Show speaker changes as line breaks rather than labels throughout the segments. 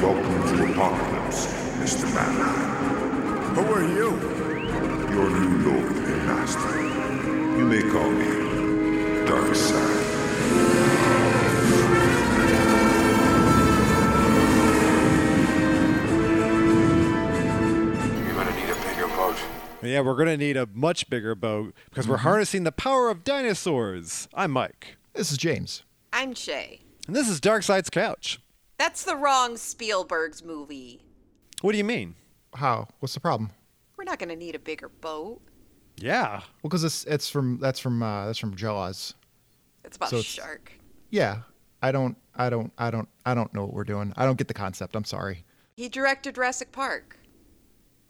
Welcome to Apocalypse, Mr. Manheim.
Who are you?
Your new lord and master. You may call me Darkseid.
You're gonna need a bigger boat.
Yeah, we're going to need a much bigger boat because
Mm-hmm.
we're harnessing the power of dinosaurs. I'm Mike,
This is James.
I'm Shay.
and this is Darkseid's Couch.
That's the wrong Spielberg's movie.
What do you mean?
How? What's the problem?
We're not going to need a bigger boat.
Yeah.
Well, because it's it's from that's from uh, that's from Jaws.
It's about
So
a
it's-
shark.
Yeah, I don't, I don't, I don't, I don't know what we're doing. I don't get the concept. I'm sorry.
He directed Jurassic Park.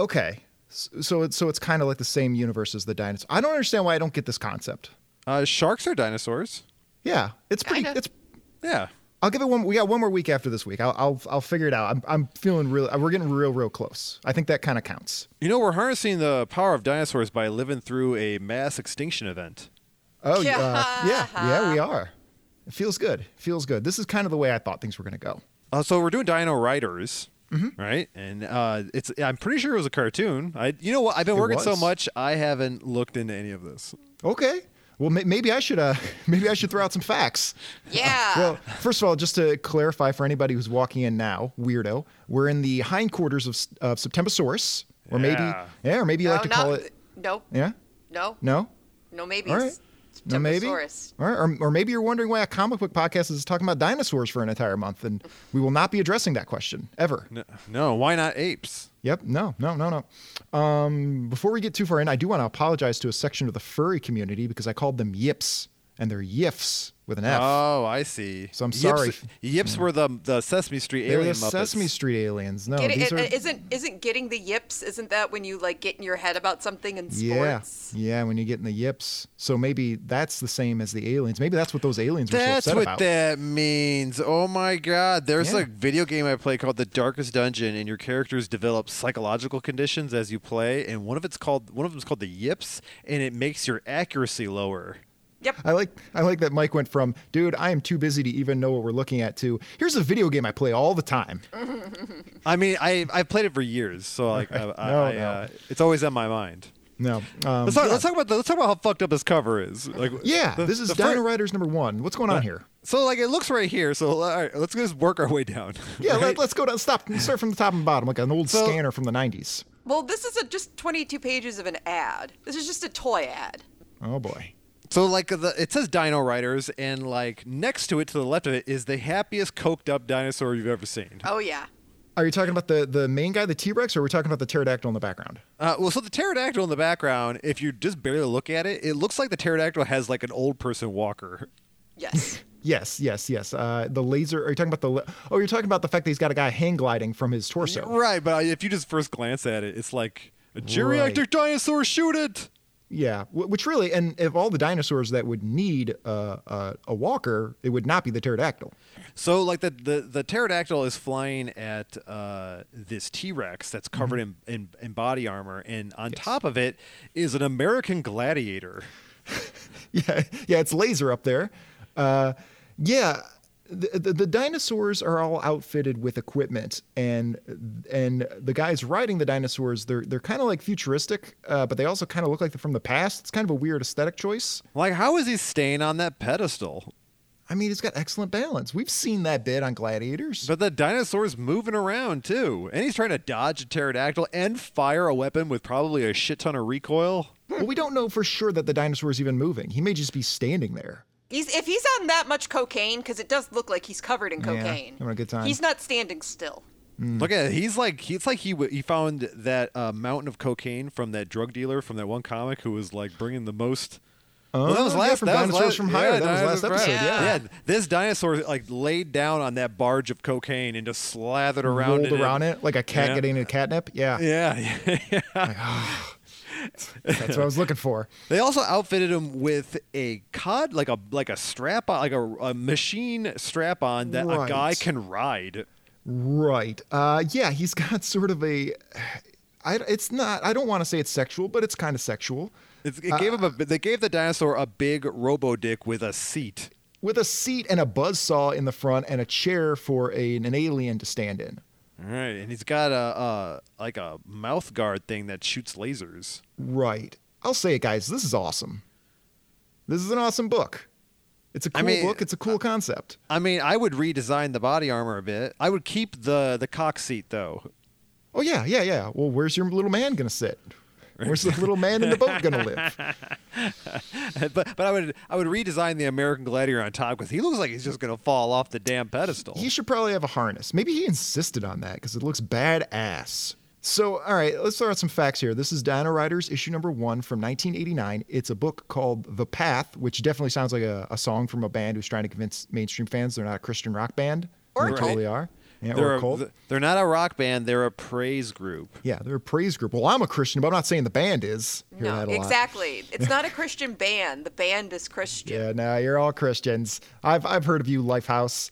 Okay, S- so it's so it's kind of like the same universe as the dinosaur. I don't understand why I don't get this concept.
Uh, sharks are dinosaurs.
Yeah, it's pretty.
Kinda.
It's.
Yeah.
I'll give it one. We got one more week after this week. I'll, I'll, I'll figure it out. I'm, I'm feeling real. We're getting real, real close. I think that kind of counts.
You know, we're harnessing the power of dinosaurs by living through a mass extinction event.
Oh yeah, uh, yeah, yeah. We are. It feels good. Feels good. This is kind of the way I thought things were gonna go.
Uh, so we're doing Dino Riders,
Mm-hmm.
right? And uh, it's I'm pretty sure it was a cartoon. I, you know what? I've been
It
working so
was.
much, I haven't looked into any of this.
Okay. Well, may- maybe I should. Uh, maybe I should throw out some facts.
Yeah.
Well, first of all, just to clarify for anybody who's walking in now, weirdo, we're in the hindquarters of, S- of Septembosaurus, or
Yeah.
maybe, yeah, or maybe you like to call it,
Nope.
yeah,
No.
no,
No, maybe.
all right, no, maybe, all right,
Stegosaurus.
or, or maybe you're wondering why a comic book podcast is talking about dinosaurs for an entire month, and we will not be addressing that question ever.
No, no why not apes?
Yep. No, no, no, no. Um, before we get too far in, I do want to apologize to a section of the furry community because I called them yips and they're yiffs with an F.
Oh, I see.
So I'm
Yips-
sorry.
Yips were the the Sesame Street
they're the
alien Muppets.
Sesame Street aliens. No,
Get it,
Oh, these
it-
are.
it- isn't isn't getting the yips? Isn't that when you like get in your head about something in
yeah.
sports?
Yeah, when you get in the yips. So maybe that's the same as the aliens. Maybe that's what those aliens were so
That's
upset
what
about.
that means. Oh my god. There's
Yeah.
a video game I play called The Darkest Dungeon and your characters develop psychological conditions as you play and one of it's called one of them's called the yips and it makes your accuracy lower.
I like I like that Mike went from, dude, I am too busy to even know what we're looking at to here's a video game I play all the time.
I mean, I I played it for years, so like I, I,
No,
I,
no.
Uh, it's always on my mind.
No. Um,
Let's talk, let's talk about the, let's talk about how fucked up this cover is. Like
yeah,
the-
this is
the
Dino
fir-
Riders number one. What's going on here?
So like it looks right here. So all right, let's just work our way down.
Yeah,
right?
let, us go down. Stop. Start from the top and bottom, like an old
So-
scanner from the '90s.
Well, this is a, just 22 pages of an ad. This is just a toy ad.
Oh boy.
So like the it says Dino Riders, and like next to it, to the left of it, is the happiest coked up dinosaur you've ever seen.
Oh yeah.
Are you talking about the the main guy, the T-Rex, or are we talking about the pterodactyl in the background?
Uh, well, so the pterodactyl in the background, if you just barely look at it, it looks like the pterodactyl has like an old person walker.
Yes.
Yes, yes, yes. Uh, the laser. Are you talking about the? la- Oh, you're talking about the fact that he's got a guy hang gliding from his torso.
Right, but uh, if you just first glance at it, it's like a geriatric
Right.
dinosaur. Shoot it.
Yeah, wh- which really, and of all the dinosaurs that would need a, a, a walker, it would not be the pterodactyl.
So like the the, the pterodactyl is flying at uh, this T Rex that's covered in, in in body armor, and on top of it is an American gladiator.
yeah, yeah, it's laser up there. Uh, yeah, the, the the dinosaurs are all outfitted with equipment, and and the guys riding the dinosaurs they're they're kind of like futuristic, uh, but they also kind of look like they're from the past. It's kind of a weird aesthetic choice.
Like, how is he staying on that pedestal?
I mean, it's got excellent balance. We've seen that bit on Gladiators.
But the dinosaur's moving around too, and he's trying to dodge a pterodactyl and fire a weapon with probably a shit ton of recoil.
well, we don't know for sure that the dinosaur is even moving. He may just be standing there.
He's if he's on that much cocaine, because it does look like he's covered in
Yeah,
cocaine.
having a good time.
He's not standing still.
Hmm.
Look at it. he's like it's like he w- he found that uh, mountain of cocaine from that drug dealer from that one comic who was like bringing the most. Well,
Oh, yeah, from Dinosaurs from Higher. That
Dinosaurs
was last
from Higher.
episode, yeah.
this dinosaur like laid down on that barge of cocaine and just slathered around
Rolled
in
around it like a cat
Yeah.
getting a catnip. Yeah,
Yeah, yeah.
that's what I was looking for.
They also outfitted him with a cod, like a like a strap on, like a, a machine strap on that a
Right.
guy can ride.
Right. Uh, yeah, he's got sort of a. I, it's not. I don't want to say it's sexual, but it's kind of sexual.
It's,
Uh,
it gave him a. They gave the dinosaur a big robo dick with a seat.
With a seat and a buzzsaw in the front and a chair for a, an alien to stand in.
All right, and he's got a, uh like a mouth guard thing that shoots lasers.
Right. I'll say it, guys. This is awesome. This is an awesome book. It's a
I
cool
mean, uh,
book. It's a cool concept.
I mean, I would redesign the body armor a bit. I would keep the the cock seat though.
Oh yeah, yeah, yeah. Well, where's your little man gonna sit? Where's the little man in the boat gonna live?
but but I would I would redesign the American Gladiator on top because he looks like he's just gonna fall off the damn pedestal.
He should probably have a harness. Maybe he insisted on that because it looks badass. So, all right, let's throw out some facts here. This is Dino Riders, issue number one from 1989. It's a book called The Path, which definitely sounds like a, a song from a band who's trying to convince mainstream fans they're not a Christian rock band.
Or
they
a cult.
totally are. Yeah,
they're
or a
a-
cult.
th- they're not a rock band. They're a praise group.
yeah, they're a praise group. Well, I'm a Christian, but I'm not saying the band is. Hear
No,
that a lot.
exactly. It's not a Christian band. The band is Christian.
Yeah, no, you're all Christians. I've I've heard of you, Lifehouse.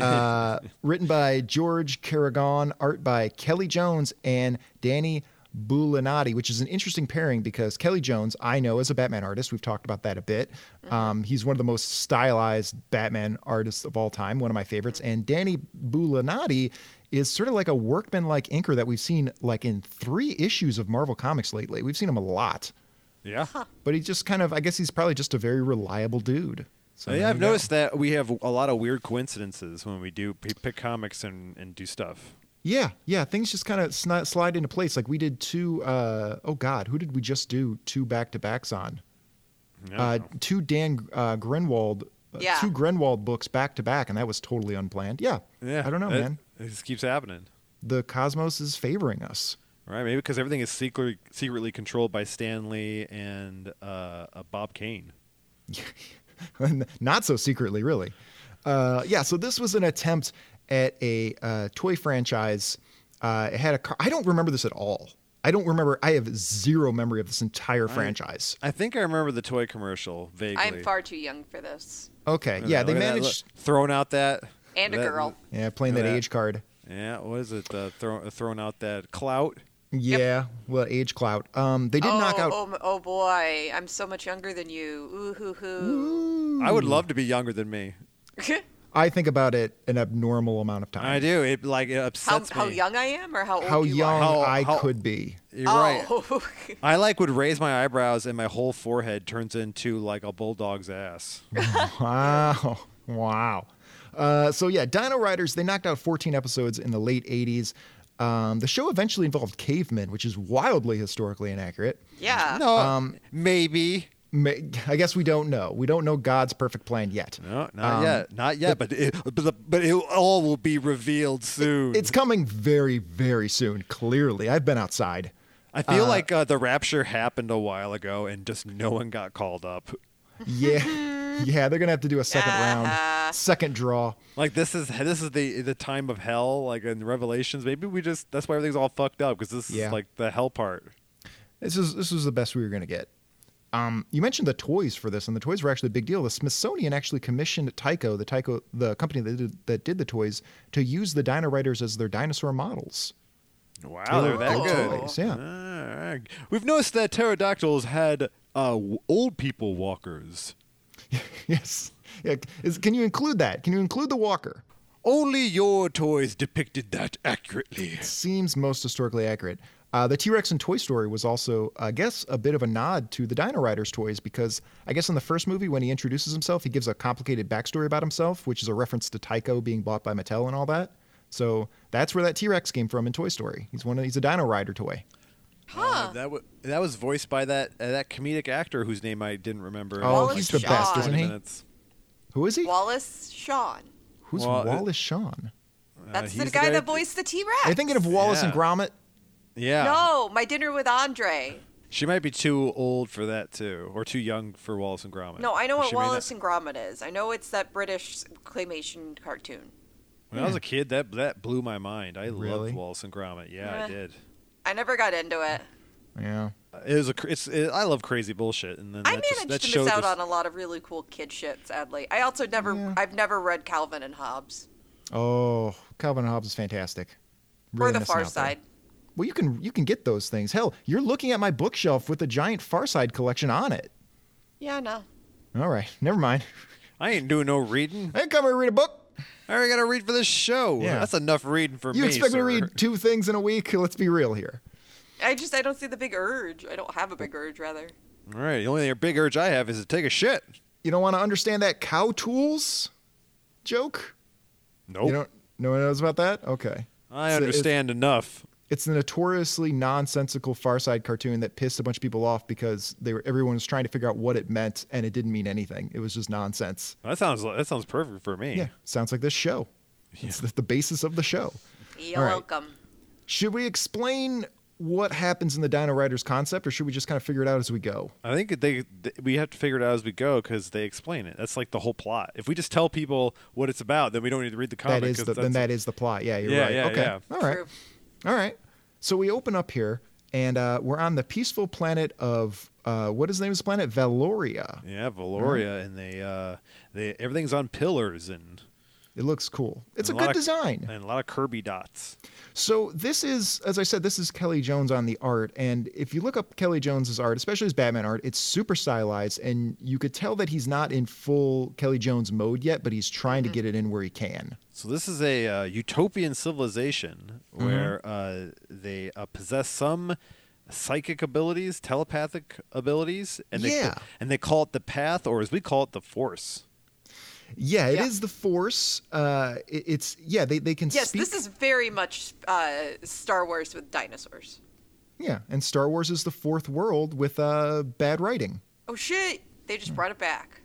Uh, written by George Carragon, art by Kelly Jones and Danny Bulinati, which is an interesting pairing because Kelly Jones, I know, is a Batman artist. We've talked about that a bit. Um, he's one of the most stylized Batman artists of all time, one of my favorites. And Danny Bulinati is sort of like a workman-like inker that we've seen like in three issues of Marvel Comics lately. We've seen him a lot
Yeah.
but he just kind of I guess he's probably just a very reliable dude. So
yeah,
there
I've
you go.
noticed that we have a lot of weird coincidences when we do p- pick comics and, and do stuff.
Yeah, yeah, things just kind of sni slide into place. Like we did two. Uh, oh God, who did we just do two back to backs on?
I don't
Uh,
know.
two Dan uh, Grenwald, uh,
Yeah.
two Grenwald books back to back, and that was totally unplanned. Yeah, I don't know,
it-
man.
It just keeps happening.
The cosmos is favoring us.
All right, maybe because everything is secretly secretly controlled by Stan Lee and uh, uh, Bob Kane.
not so secretly, really. Uh, yeah, so this was an attempt at a uh, toy franchise. Uh, it had a car. I don't remember this at all. I don't remember. I have zero memory of this entire franchise.
I think I remember the toy commercial vaguely.
I'm far too young for this.
Okay,
I don't
yeah,
know,
they
look at that,
managed.
look, throwing out that
And a
that-
girl.
yeah, playing
look
that
at that.
age card.
Yeah, what is it? Uh, throw, throwing out that clout.
Yeah, well, age clout. Um, they did
oh,
knock out.
Oh, m- oh boy, I'm so much younger than you. Ooh hoo hoo.
I would love to be younger than me.
I think about it an abnormal amount of time.
I do. It like it
how,
upsets
how
me.
young I am or how old
How
you
young
are?
How-
I
how-
could be.
You're right.
Oh,
I like would raise my eyebrows and my whole forehead turns into like a bulldog's ass.
Wow. Wow. Uh, so, yeah, Dino Riders, they knocked out 14 episodes in the late 80s. Um, the show eventually involved cavemen, which is wildly historically inaccurate.
yeah.
No, maybe.
Ma- I guess we don't know. We don't know God's perfect plan yet.
No, not
Um,
yet. Not yet. But it, but, the, but it all will be revealed soon.
It's coming very, very soon, clearly. I've been outside.
I feel like uh, the rapture happened a while ago and just no one got called up.
Yeah. yeah, they're going to have to do a second
Ah.
round, second draw.
Like this is this is the the time of hell. Like in Revelations, maybe we just that's why everything's all fucked up because this
Yeah.
is like the hell part.
This is this was the best we were going to get. Um, you mentioned the toys for this, and the toys were actually a big deal. The Smithsonian actually commissioned Tyco, the Tyco, the company that did, that did the toys, to use the Dino Riders as their dinosaur models.
Wow,
They
they
were
were Oh, that
big
good.
toys, yeah.
All right. We've noticed that pterodactyls had uh, w- old people walkers.
yes. Yeah. Is, can you include that? Can you include the walker?
Only your toys depicted that accurately.
Seems most historically accurate. Uh, the T Rex in Toy Story was also, I guess, a bit of a nod to the Dino Riders toys because I guess in the first movie, when he introduces himself, he gives a complicated backstory about himself, which is a reference to Tycho being bought by Mattel and all that. So that's where that T Rex came from in Toy Story. He's one of he's a Dino Rider toy.
Huh. Uh, that, w- that was voiced by that uh, that comedic actor whose name I didn't remember.
Oh,
Wallace
he's the best,
Shawn.
isn't he?
Minutes.
Who is he?
Wallace Shawn.
Who's
Wall-
Wallace Shawn?
Uh,
That's
he's
the guy that voiced the T Rex.
Are you thinking of Wallace and
Yeah.
Gromit?
Yeah.
No, my dinner with Andre.
She might be too old for that too, or too young for Wallace and Gromit.
No, I know what
She may not-
Wallace and Gromit is. I know it's that British claymation cartoon.
When I was a kid, that that blew my mind. I
Really?
loved Wallace and Gromit. Yeah,
Yeah.
I did.
I never got into it.
Yeah.
It was a. cr- It's. It, I love crazy bullshit, and then
I
that just,
managed
that
to
show
miss out
just-
on a lot of really cool kid shit, sadly. I also never,
Yeah.
I've never read Calvin and Hobbes
Oh, Calvin and Hobbes is fantastic. Really
or The
missing
Far
out there.
Side.
Well, you can you can get those things. Hell, you're looking at my bookshelf with a giant Far Side collection on it.
Yeah, no.
All right, never mind.
I ain't doing no reading.
I ain't coming to read a book.
I already got to read for this show.
Yeah.
That's enough reading for
You
me.
expect me to
sir.
read two things in a week? Let's be real here.
I just I don't see the big urge. I don't have a big urge rather.
All right. The only big urge I have is to take a shit.
You don't want to understand that cow tools joke?
Nope.
You don't no one knows about that? Okay.
I
So it's-
understand enough.
It's the notoriously nonsensical Far Side cartoon that pissed a bunch of people off because they were everyone was trying to figure out what it meant and it didn't mean anything. It was just nonsense.
That sounds that sounds perfect for me.
Yeah, sounds like this show. It's the, the basis of the show.
You're
All right.
welcome.
Should we explain what happens in the Dino Riders concept, or should we just kind of figure it out as we go?
I think they, th we have to figure it out as we go because they explain it. That's like the whole plot. If we just tell people what it's about, then we don't need to read the comic.
that is
'cause
the, then that is the plot. Yeah, you're
Yeah,
right.
yeah,
okay,
yeah.
all right,
True.
all right. So we open up here, and uh, we're on the peaceful planet of uh, what is the name of this planet? Valoria.
yeah, Valoria, and they uh, they everything's on pillars and
It looks cool. It's a
and lot of-
good design.
and a lot of Kirby dots.
So this is, as I said, this is Kelly Jones on the art, and if you look up Kelly Jones's art, especially his Batman art, it's super stylized, and you could tell that he's not in full Kelly Jones mode yet, but he's trying to get it in where he can.
So this is a uh, utopian civilization
Mm-hmm.
where uh, they uh, possess some psychic abilities, telepathic abilities, and they
Yeah.
and they call it the path, or as we call it, the force.
Yeah, it is
Yeah.
the Force. Uh, it- it's yeah, they they can
Yes,
speak.
this is very much uh, Star Wars with dinosaurs.
Yeah, and Star Wars is the fourth world with uh, bad writing.
Oh shit! They
Hmm.
just brought it back.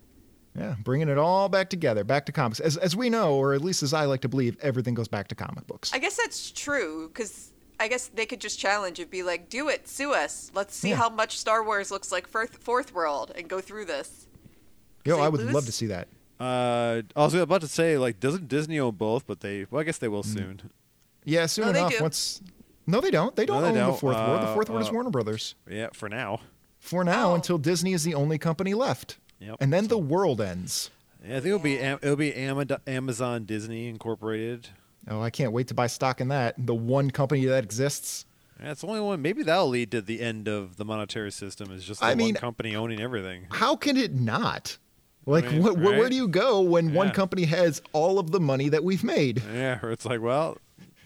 Yeah, bringing it all back together, back to comics. As, as we know, or at least as I like to believe, everything goes back to comic books.
I guess that's true because I guess they could just challenge and be like, "Do it, sue us. Let's see
Yeah.
how much Star Wars looks like Fourth, fourth World and go through this."
Yo,
Say
I would
lose?
love to see that.
Uh, I was about to say like doesn't Disney own both, but they well I guess they will
Mm.
soon.
Yeah, soon
No, they
enough.
do.
Once, no, they don't. They don't
they
own the
don't.
fourth world. The
Uh,
fourth world is
uh,
Warner Brothers.
Yeah, for now.
For now,
Oh.
until Disney is the only company left,
Yep.
and then the world ends.
Yeah, I think it'll be Am- it'll be Amad- Amazon Disney Incorporated.
Oh, I can't wait to buy stock in that. The one company that exists.
That's the only one. Maybe that'll lead to the end of the monetary system. Is just the
I
one
mean-
company owning everything.
How can it not? Like,
Right,
what, where- where
right.
do you go when one
Yeah.
company has all of the money that we've made?
Yeah, or it's like well,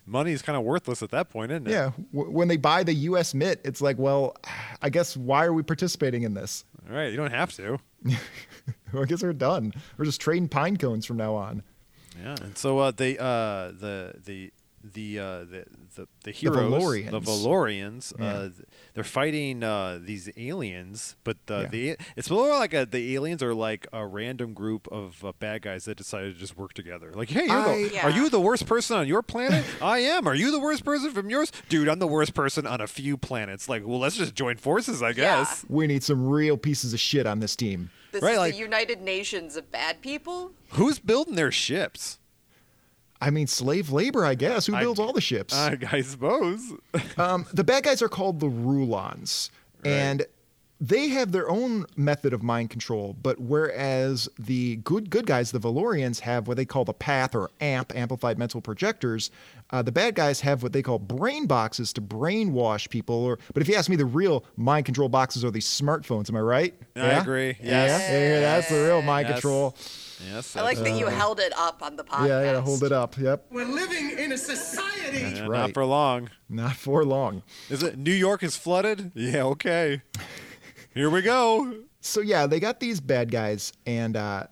money's kind of worthless at that point, isn't it?
Yeah, w- when they buy the U.S. Mint, it's like, well, I guess why are we participating in this?
All right, you don't have to.
I guess we're done. We're just trading pine cones from now on.
Yeah, and so uh, they uh, the the the uh, the the the heroes, the
Valorians.
Valorians,
Yeah.
uh, th- they're fighting uh, these aliens, but uh,
Yeah.
the it's more like a, the aliens are like a random group of uh, bad guys that decided to just work together. Like, hey, you're the,
I-
are you the worst person on your planet? I am. Are you the worst person from yours? Dude, I'm the worst person on a few planets. Like, well, let's just join forces, I guess.
We need some real pieces of shit on this team.
This
Right,
is
like-
the United Nations of bad people.
Who's building their ships?
I mean, slave labor, I guess. Who
I-
builds all the ships?
I, I suppose.
um, the bad guys are called the Rulons, and they have their own method of mind control. But whereas the good good guys, the Valorians, have what they call the Path or AMP, amplified mental projectors, uh, the bad guys have what they call brain boxes to brainwash people. Or, but if you ask me, the real mind control boxes are these smartphones. Am I right?
I agree. Yes.
Yeah, yeah, that's the real mind
Yes.
control.
yes.
I like that you held it up on the podcast.
Yeah, I gotta hold it up. Yep,
We're living in a society.
Yeah, Not
right.
for long.
not for long.
Is it New York is flooded? Yeah, okay. Here we go.
So yeah, they got these bad guys, and uh,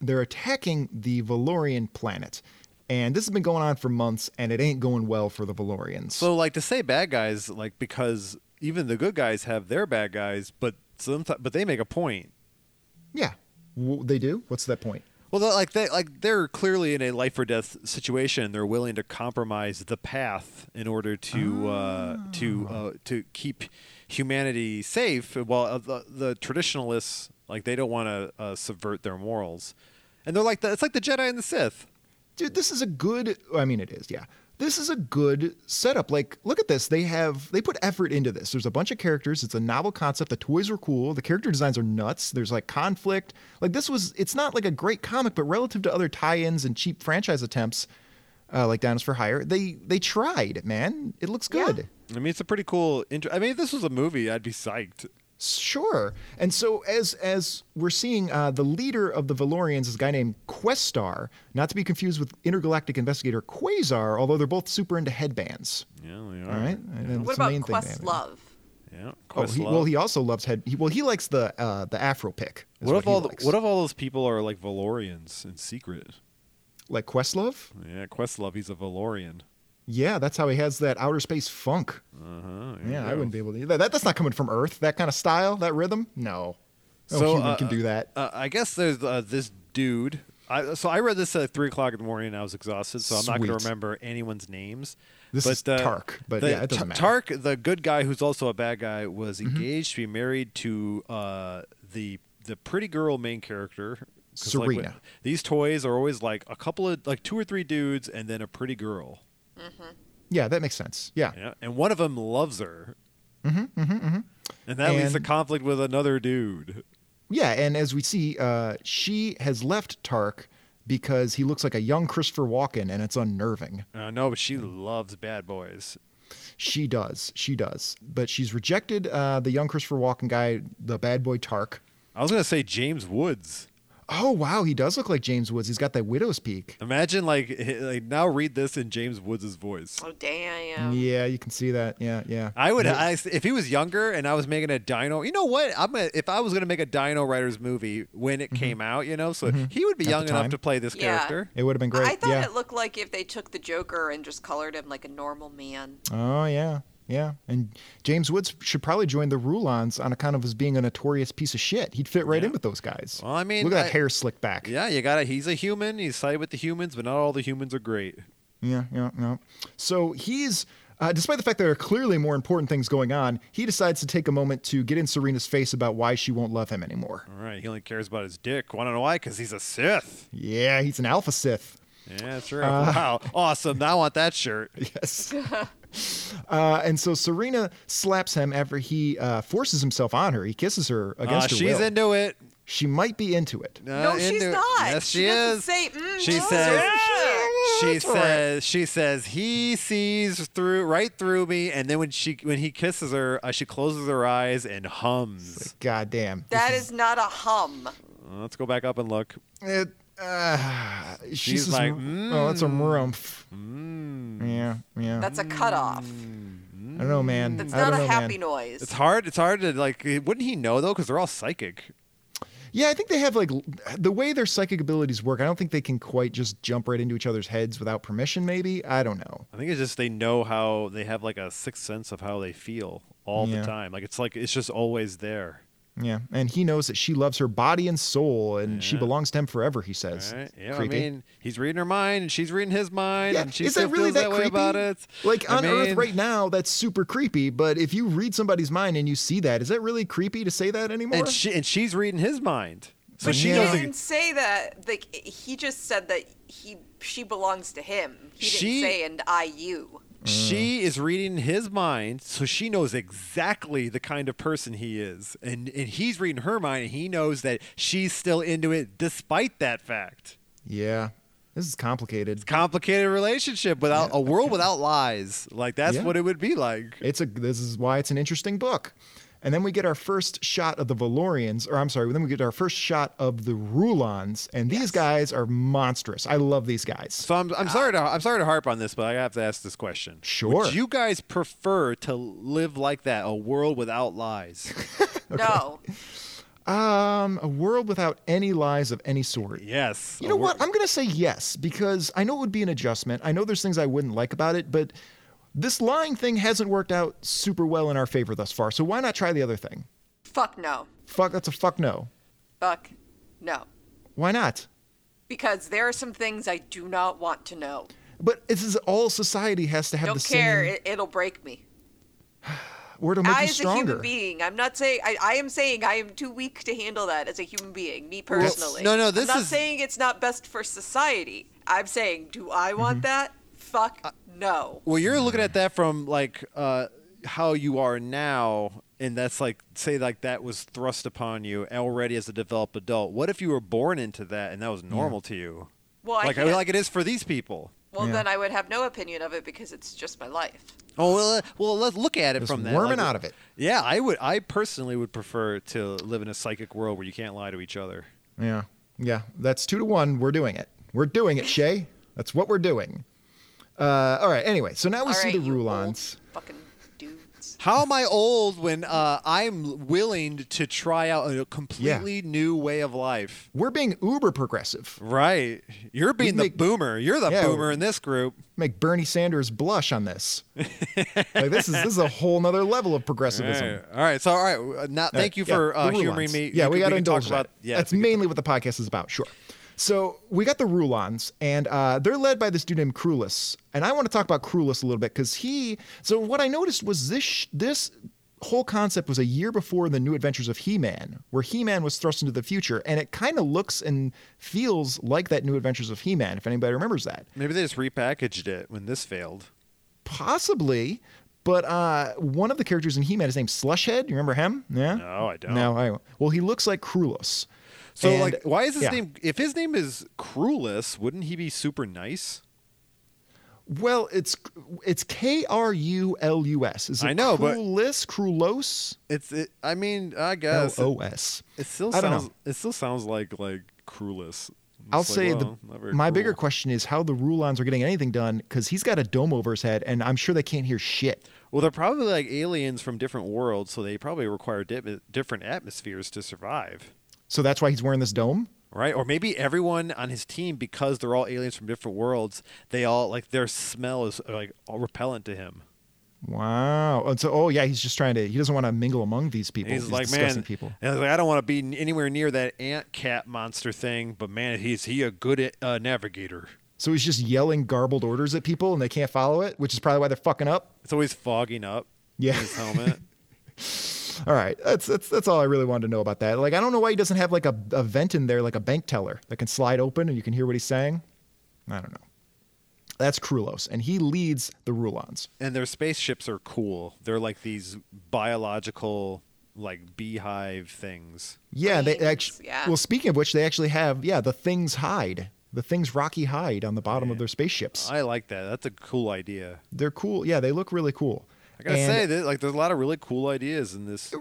they're attacking the Valorian planet. And this has been going on for months, and it ain't going well for the Valorians.
So like to say bad guys like because even the good guys have their bad guys, but sometimes but they make a point.
yeah, w- they do. What's that point?
Well, they're- like they like they're clearly in a life or death situation. They're willing to compromise the path in order to uh, to
Ah.
uh, to keep humanity safe. While uh, the, the traditionalists like they don't want to uh, subvert their morals, and they're like the, it's like the Jedi and the Sith.
Dude, this is a good. I mean, it is. Yeah, this is a good setup. Like, look at this. They have they put effort into this. There's a bunch of characters. It's a novel concept. The toys are cool. The character designs are nuts. There's like conflict. Like this was. It's not like a great comic, but relative to other tie-ins and cheap franchise attempts, uh, like Dinos for Hire, they they tried. Man, it looks good.
I mean, it's a pretty cool. Inter- I mean, if this was a movie, I'd be psyched.
Sure. And so as as we're seeing, uh, the leader of the Valorians is a guy named Questar, not to be confused with intergalactic investigator Quasar, although they're both super into headbands.
Yeah, they are.
All right. And that's
What
the
about
main thing they have.
Quest Love?
Yeah.
Oh, he,
Questlove.
well, he also loves head. He, well, he likes the uh, the Afro pick. is
what if
he
all the,
likes.
what if all those people are like Valorians in secret?
like Questlove?
Yeah, Questlove, he's a Valorian.
Yeah, that's how he has that outer space funk.
Uh-huh. there you
Yeah, I
go.
wouldn't be able to. That, that- that's not coming from Earth. That kind of style, that rhythm. No, no
So,
human
uh,
can do that.
Uh, I guess there's uh, this dude. I, so I read this at three o'clock in the morning, and I was exhausted, so I'm not going
Sweet.
to remember anyone's names.
This
but,
is
uh,
Tark, but
the-
yeah, it doesn't
Ta-
matter. Mm-hmm.
Tark, the good guy who's also a bad guy, was engaged to be married to uh, the the pretty girl main character. 'Cause, like,
Serena.
when- these toys are always like a couple of like two or three dudes, and then a pretty girl.
yeah, that makes sense. Yeah,
Yeah, and one of them loves her. Mm-hmm, mm-hmm, And that leads to
And-
conflict with another dude.
yeah. And as we see, uh, she has left Tark because he looks like a young Christopher Walken, and it's unnerving.
Uh, no, but she loves bad boys.
She does, she does. But she's rejected uh, the young Christopher Walken guy, the bad boy Tark.
I was gonna say James Woods.
Oh wow, he does look like James Woods. He's got that widow's peak.
Imagine like, h- like now read this in James Woods' voice.
Oh damn!
Yeah, you can see that. Yeah, yeah.
I would, I, if he was younger and I was making a Dino, you know what? I'm gonna, if I was gonna make a Dino Writers movie when it came out, you know, so he would be
Mm-hmm. At the
young enough
time.
to play this
Yeah.
character.
It would have been great.
I thought
yeah.
it looked like if they took the Joker and just colored him like a normal man.
oh yeah, yeah. And James Woods should probably join the Rulons on account of his being a notorious piece of shit. He'd fit right in with those guys.
Well, I mean,
look at that
I-
hair slicked back.
Yeah, you got to He's a human. He's sided with the humans, but not all the humans are great.
yeah, yeah. yeah. So he's. Uh, despite the fact there are clearly more important things going on, he decides to take a moment to get in Serena's face about why she won't love him anymore.
All right, he only cares about his dick. Want to know why? Because he's a Sith.
Yeah, he's an alpha Sith.
Yeah, that's right.
Uh.
wow, awesome. Now I want that shirt.
Yes. uh, and so Serena slaps him after he uh, forces himself on her. He kisses her
Uh,
against her
she's
will.
into it.
she might be into it.
Uh,
no, she's
into it.
not.
Yes, she,
doesn't
is.
Say, mm,
She
no,
says-
yeah.
she says she says he sees through right through me and then when she when he kisses her uh, she closes her eyes and hums
God damn.
That is not a hum.
Uh, let's go back up and look
It, uh, she's
She's
just-
like, mm,
oh, that's a rumpf. Yeah, yeah.
That's a cutoff.
I don't know, man.
That's
I don't
not a
know,
happy
man.
noise.
it's hard it's hard to like eh, wouldn't he know though because they're all psychic
Yeah, I think they have like l- the way their psychic abilities work. I don't think they can quite just jump right into each other's heads without permission. Maybe I don't know.
i think it's just they know how they have like a sixth sense of how they feel all
Yeah.
the time like it's like it's just always there
Yeah, and he knows that she loves her body and soul, and she
Yeah.
belongs to him forever. He says.
all right yeah
Creepy.
i mean he's reading her mind and she's reading his mind
Yeah,
and she
is
still
that really
feels that,
that,
way
creepy?
about it
Like
I
on Earth
mean-
right now, that's super creepy. But if you read somebody's mind and you see that, is that really creepy to say that anymore?
and she and she's reading his mind so
But
she
yeah.
He
knows
didn't say that. Like he just said that he she belongs to him. He didn't
She-
say and I you.
Mm.
She is reading his mind, so she knows exactly the kind of person he is. And and he's reading her mind and he knows that she's still into it despite that fact.
yeah, this is complicated.
Complicated relationship without a world without lies. Like that's
Yeah.
what it would be like.
It's a. This is why it's an interesting book. And then we get our first shot of the Valorians, or I'm sorry, then we get our first shot of the Rulons, and these guys are monstrous. I love these guys.
So I'm I'm sorry to I'm sorry to harp on this, but I have to ask this question.
Sure.
Would you guys prefer to live like that, a world without lies?
No.
Um, a world without any lies of any sort.
yes.
You
a
know
wor-
what? I'm going to say yes because I know it would be an adjustment. I know there's things I wouldn't like about it, but this lying thing hasn't worked out super well in our favor thus far. So why not try the other thing?
Fuck no.
Fuck, that's a fuck no.
Fuck no.
Why not?
Because there are some things I do not want to know.
But this is all society has to have
Don't
the
care.
same
It, it'll break me.
or to make
I,
you
as a human
stronger.
being, I'm not saying I, I am saying I am too weak to handle that as a human being, me
that's-
personally.
no, no,
I'm
this
not
is-
saying it's not best for society. I'm saying, do I want that? Fuck no.
Well, you're looking at that from like uh, how you are now, and that's like say like that was thrust upon you already as a developed adult. What if you were born into that and that was normal to you?
Well, I
like
can't-
like it is for these people.
Well,
Yeah.
then I would have no opinion of it because it's just my life.
Oh well, uh, well let's look at it
Just
from that.
worming out of it.
Yeah, I would. I personally would prefer to live in a psychic world where you can't lie to each other.
Yeah. Yeah. That's two to one. We're doing it. We're doing it, Shay. That's what we're doing. Uh, all right. Anyway, so now we
All
see the
right, you old
Rulons.
fucking dudes.
How am I old when uh, I'm willing to try out a completely new way of life?
We're being uber progressive.
Right. You're being the
make-
boomer. You're the
Yeah.
boomer in this group.
Make Bernie Sanders blush on this. like this is this is a whole nother level of progressivism.
All right. All right. So, all right. uh, Now, thank you
Yeah,
for
the
uh,
Rulons.
humoring me.
Yeah,
You
we
can-
got to
can talk
indulge
about.
that.
Yeah,
That's
we can-
mainly what the podcast is about. Sure. So we got the Rulons, and uh, they're led by this dude named Krulus. And I want to talk about Krulus a little bit because he. So what I noticed was this sh- this whole concept was a year before the New Adventures of He-Man, where He-Man was thrust into the future, and it kind of looks and feels like that New Adventures of He-Man. If anybody remembers that,
Maybe they just repackaged it when this failed.
possibly. But uh, one of the characters in He-Man is named Slushhead. You remember him? Yeah.
No, I don't.
No, I well, he looks like Krulus.
So,
And-
like, why is his
yeah.
name? If his name is Cruelus, wouldn't he be super nice?
Well, it's it's K R U L U S. Is it
I know, but-
Krulus, Krulos,
It's. It, I mean, I
L
guess
O S?
it still
Oh, I don't
sounds.
know.
It still sounds like like Cruelus.
I'll
It's like,
say
well,
the,
not very
my
cruel.
bigger question is how the Rulons are getting anything done because he's got a dome over his head, and I'm sure they can't hear shit.
Well, they're probably like aliens from different worlds, so they probably require di- different atmospheres to survive,
So that's why he's wearing this dome.
right? Or maybe everyone on his team, because they're all aliens from different worlds, they all like their smell is like all repellent to him.
Wow. And so, oh yeah, he's just trying to. He doesn't want to mingle among these people.
He's, like,
disgusting
man,
people.
and I, was like, I don't want to be n- anywhere near that ant cat monster thing, but man, he's he a good uh, navigator.
So he's just yelling garbled orders at people, and they can't follow it, which is probably why they're fucking up.
It's always fogging up.
Yeah.
his helmet.
All right, that's that's that's all I really wanted to know about that. Like, I don't know why he doesn't have like a, a vent in there, like a bank teller that can slide open and you can hear what he's saying. I don't know. That's Krulos, and he leads the Rulons.
and their spaceships are cool. They're like these biological, like beehive things.
Yeah, they
Wings,
actually.
yeah.
Well, speaking of which, they actually have yeah the things hide the things Rocky hide on the bottom of their spaceships.
I like that. That's a cool idea.
They're cool. Yeah, they look really cool.
I gotta
And
say that like there's a lot of really cool ideas in this
it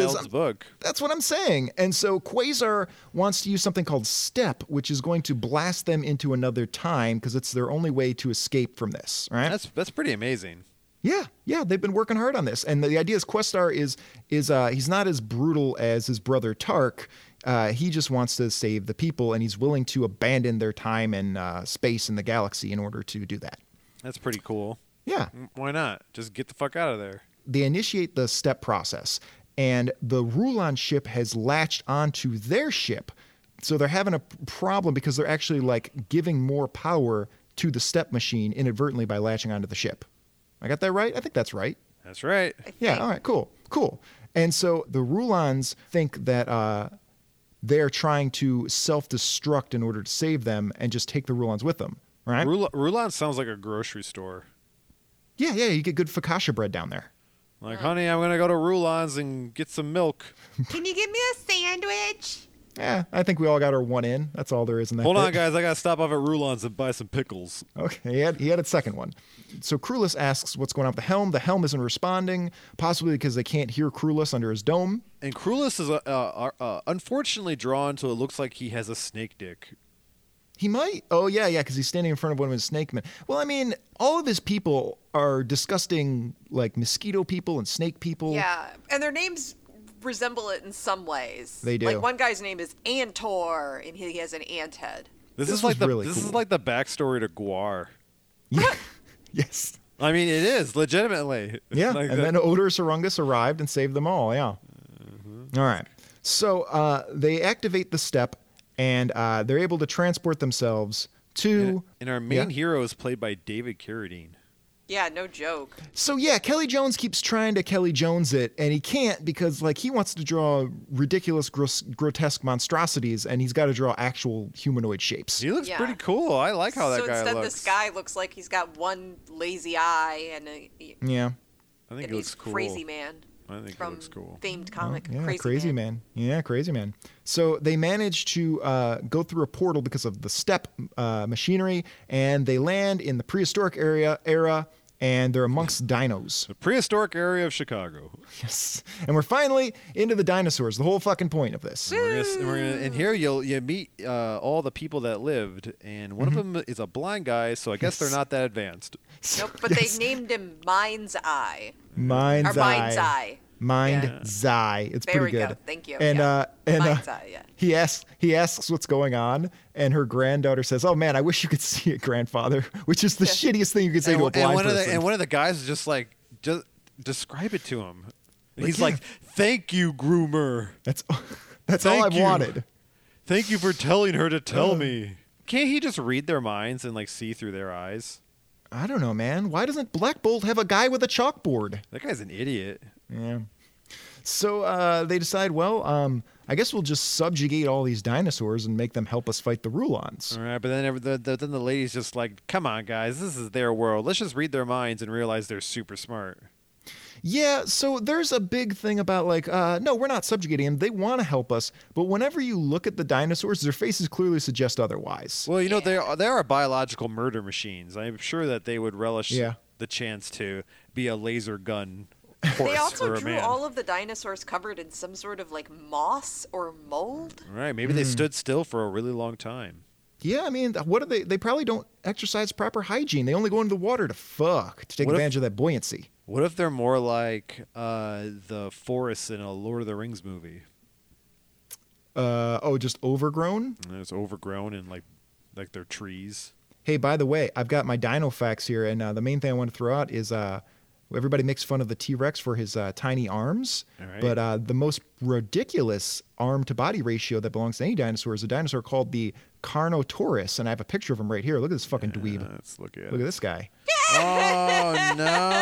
is.
child's book.
That's what I'm saying. And so Quasar wants to use something called Step, which is going to blast them into another time because it's their only way to escape from this, right?
That's that's pretty amazing.
yeah, yeah, they've been working hard on this. And the idea is Questar is is uh, he's not as brutal as his brother Tark. Uh, he just wants to save the people, and he's willing to abandon their time and uh, space in the galaxy in order to do that.
That's pretty cool.
Yeah,
M- Why not? Just get the fuck out of there.
they initiate the step process, and the Rulon ship has latched onto their ship. So they're having a problem because they're actually like giving more power to the step machine inadvertently by latching onto the ship. I got that right? I think that's right.
That's right.
I think.
Yeah. All right. Cool. Cool. And so the Rulons think that uh, they're trying to self destruct in order to save them and just take the Rulons with them. Right?
Rul- Rulon sounds like a grocery store.
yeah. Yeah. You get good focaccia bread down there.
Like, honey, I'm gonna go to Rulon's and get some milk.
Can you give me a sandwich?
Yeah. I think we all got our one in. That's all there is in that.
Hold
bit.
on, guys, I gotta stop off at Rulon's and buy some pickles.
Okay, he had, he had a second one. So Krulus asks what's going on with the helm. The helm isn't responding, possibly because they can't hear Krulus under his dome.
And Krulus is uh, uh, uh, unfortunately drawn to it looks like he has a snake dick.
He might. Oh, yeah, yeah, because he's standing in front of one of his snake men. Well, I mean, all of his people are disgusting, like mosquito people and snake people.
Yeah, and their names resemble it in some ways.
They do.
Like one guy's name is Antor, and he has an ant head.
This,
This
is like
was
the
really
this is
cool.
like the backstory to Guar.
Yeah. yes.
I mean, it is legitimately.
Yeah.
Like
and
that-
then Odor Sarungus arrived and saved them all. Yeah.
Mm-hmm.
All right. So uh, they activate the step, and uh, they're able to transport themselves to.
and our main
Yeah.
hero is played by David Carradine.
Yeah, no joke.
So yeah, Kelly Jones keeps trying to Kelly Jones it, and he can't because like he wants to draw ridiculous, gros- grotesque monstrosities, and he's got to draw actual humanoid shapes.
He looks
Yeah.
pretty cool. I like how that
so
guy
instead,
looks.
this guy looks like he's got one lazy eye, and, a,
Yeah,
I think he
and
looks
he's
cool.
crazy man.
I I think it
from
looks cool.
themed
Oh,
comic.
Yeah,
crazy, man.
Yeah, crazy man. So they manage to uh, go through a portal because of the step uh, machinery, and they land in the prehistoric area era, and they're amongst dinos.
The prehistoric area of Chicago.
Yes. And we're finally into the dinosaurs. The whole fucking point of this.
We're gonna, s- we're gonna, and here you'll you meet uh, all the people that lived, and one of them is a blind guy, so I guess they're
Mm-hmm. Yes.
not that advanced.
Nope, but they named him Mind's Eye.
Mind's
Or Mind's
eye.
Eye.
Mind
Yeah.
Zai. It's
There
pretty
we
good.
go. Thank you.
And
Yeah.
uh, and uh,
Mind's eye, yeah.
he asks he asks what's going on, and her granddaughter says, "Oh man, I wish you could see it, grandfather," which is the shittiest thing you could say to a
And,
blind
one of
person.
the and one of the guys is just like, just describe it to him. And he's
yeah.
like, "Thank you, groomer.
that's that's all
Thank
I
you.
wanted.
Thank you for telling her to tell me." Can't he just read their minds and like see through their eyes?
I don't know, man. Why doesn't Black Bolt have a guy with a chalkboard?
That guy's an idiot.
Yeah. So uh, they decide, well, um, I guess we'll just subjugate all these dinosaurs and make them help us fight the Rulons.
All right, but then every, the, the, then the lady's just like, "Come on, guys, this is their world. Let's just read their minds and realize they're super smart."
Yeah, so there's a big thing about like, uh, no, we're not subjugating them. They want to help us, but whenever you look at the dinosaurs, their faces clearly suggest otherwise.
Well, you know, they are, they are biological murder machines. I'm sure that they would relish
Yeah.
the chance to be a laser gun horse
They also
for a
drew
man.
all of the dinosaurs covered in some sort of like moss or mold.
all right,
Hmm.
maybe they stood still for a really long time.
Yeah, I mean, what are they? They probably don't exercise proper hygiene. They only go into the water to fuck to take
What if-
advantage of that buoyancy.
What if they're more like uh, the forests in a Lord of the Rings movie?
Uh, oh, just overgrown.
And it's overgrown and like like they're trees.
Hey, by the way, I've got my dino facts here, and uh, the main thing I want to throw out is uh, everybody makes fun of the T Rex for his uh, tiny arms,
All right.
but uh, the most ridiculous arm to body ratio that belongs to any dinosaur is a dinosaur called the Carnotaurus, and I have a picture of him right here. Look at this fucking dweeb.
Let's look at
Look at
it.
this guy.
Oh no!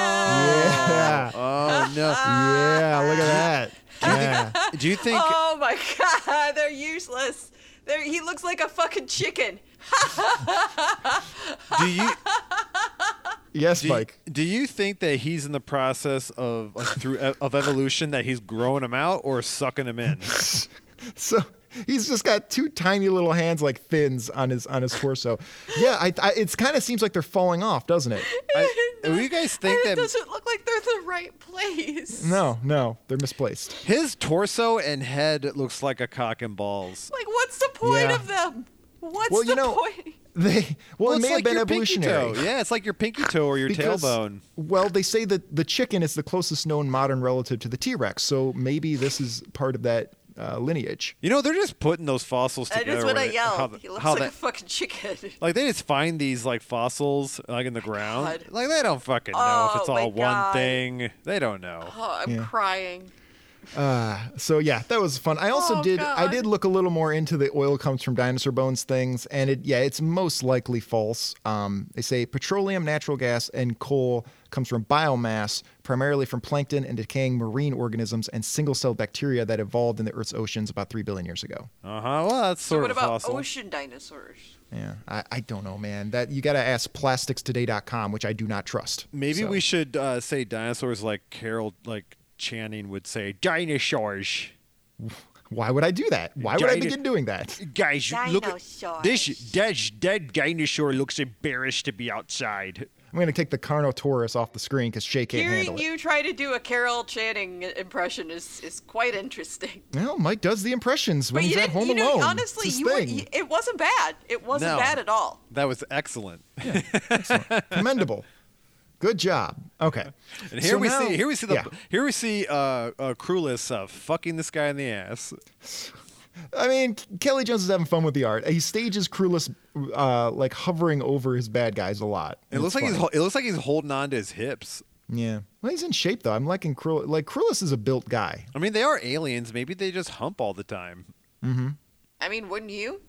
Yeah,
Oh no!
yeah. Look at that. Yeah.
Do you think?
Oh my god, they're useless. They're, he looks like a fucking chicken.
Do you?
Yes,
Do you,
Mike.
do you think that he's in the process of of through e, of evolution that he's growing them out or sucking them in?
So he's just got two tiny little hands like fins on his on his torso. Yeah, I, I, it kind of seems like they're falling off, doesn't it?
I, do you guys think
it
that
doesn't look like they're the right place.
No, no, they're misplaced.
his torso and head looks like a cock and balls?
Like, what's the point
Yeah.
of them? What's
Well,
the
you know,
point?
They well,
Well,
it
it's
may
like
have been
your pinky
evolutionary.
toe. Yeah, it's like your pinky toe or your
because-
tailbone.
Well, they say that the chicken is the closest known modern relative to the T Rex, so maybe this is part of that uh, lineage.
You know, they're just putting those fossils
I
together.
just want
when
to
it-
yell.
how the-
he looks
how
like a
that-
fucking chicken.
like they just find these like fossils like in the ground.
God.
Like they don't fucking know if
Oh,
it's
my
all one
God.
thing. They don't know.
Oh, I'm crying.
So yeah, that was fun. I also
Oh,
did I
God.
did look a little more into the oil comes from dinosaur bones things, and it yeah, it's most likely false. Um, they say petroleum, natural gas, and coal comes from biomass, primarily from plankton and decaying marine organisms and single celled bacteria that evolved in the Earth's oceans about three billion years ago.
Uh huh. Well, that's
Oh. So
sort
what
of
about
fossil.
ocean dinosaurs?
Yeah, I, I don't know, man. That you got to ask plasticstoday.com, which I do not trust.
Maybe
So-
we should uh, say dinosaurs like Carol, like Channing would say, dinosaurs.
Why would I do that? Why would I
Dino-
begin doing that?
Guys, look at this.
Dinosaurs.
That dead dinosaur looks embarrassed to be outside.
I'm going to take the Carnotaurus off the screen because Shay can't
Hearing
handle it.
you try to do a Carol Channing impression is, is quite interesting.
Well, Mike does the impressions when
but
he's
you
at
didn't.
home
you know,
alone.
honestly,
It's his
you, were,
thing.
you it wasn't bad. It wasn't
No.
bad at all.
That was excellent.
commendable. Good job. Okay.
And here
So
we
now-
see here we see the
yeah.
here we see uh, uh, Cruelis uh, fucking this guy in the ass.
I mean, Kelly Jones is having fun with the art. He stages Cruelis uh, like hovering over his bad guys a lot.
It looks like
funny.
he's hol- it looks like he's holding on to his hips.
yeah. Well, he's in shape though. I'm liking Cruelis. Like Cruelis is a built guy.
I mean, they are aliens. Maybe they just hump all the time.
I mean, wouldn't you?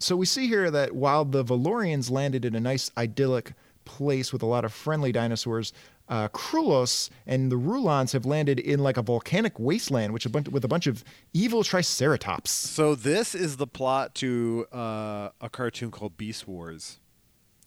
So we see here that while the Valorians landed in a nice idyllic place with a lot of friendly dinosaurs, uh, Krulos and the Rulons have landed in like a volcanic wasteland, which a bunch with a bunch of evil triceratops.
So this is the plot to uh, a cartoon called Beast Wars.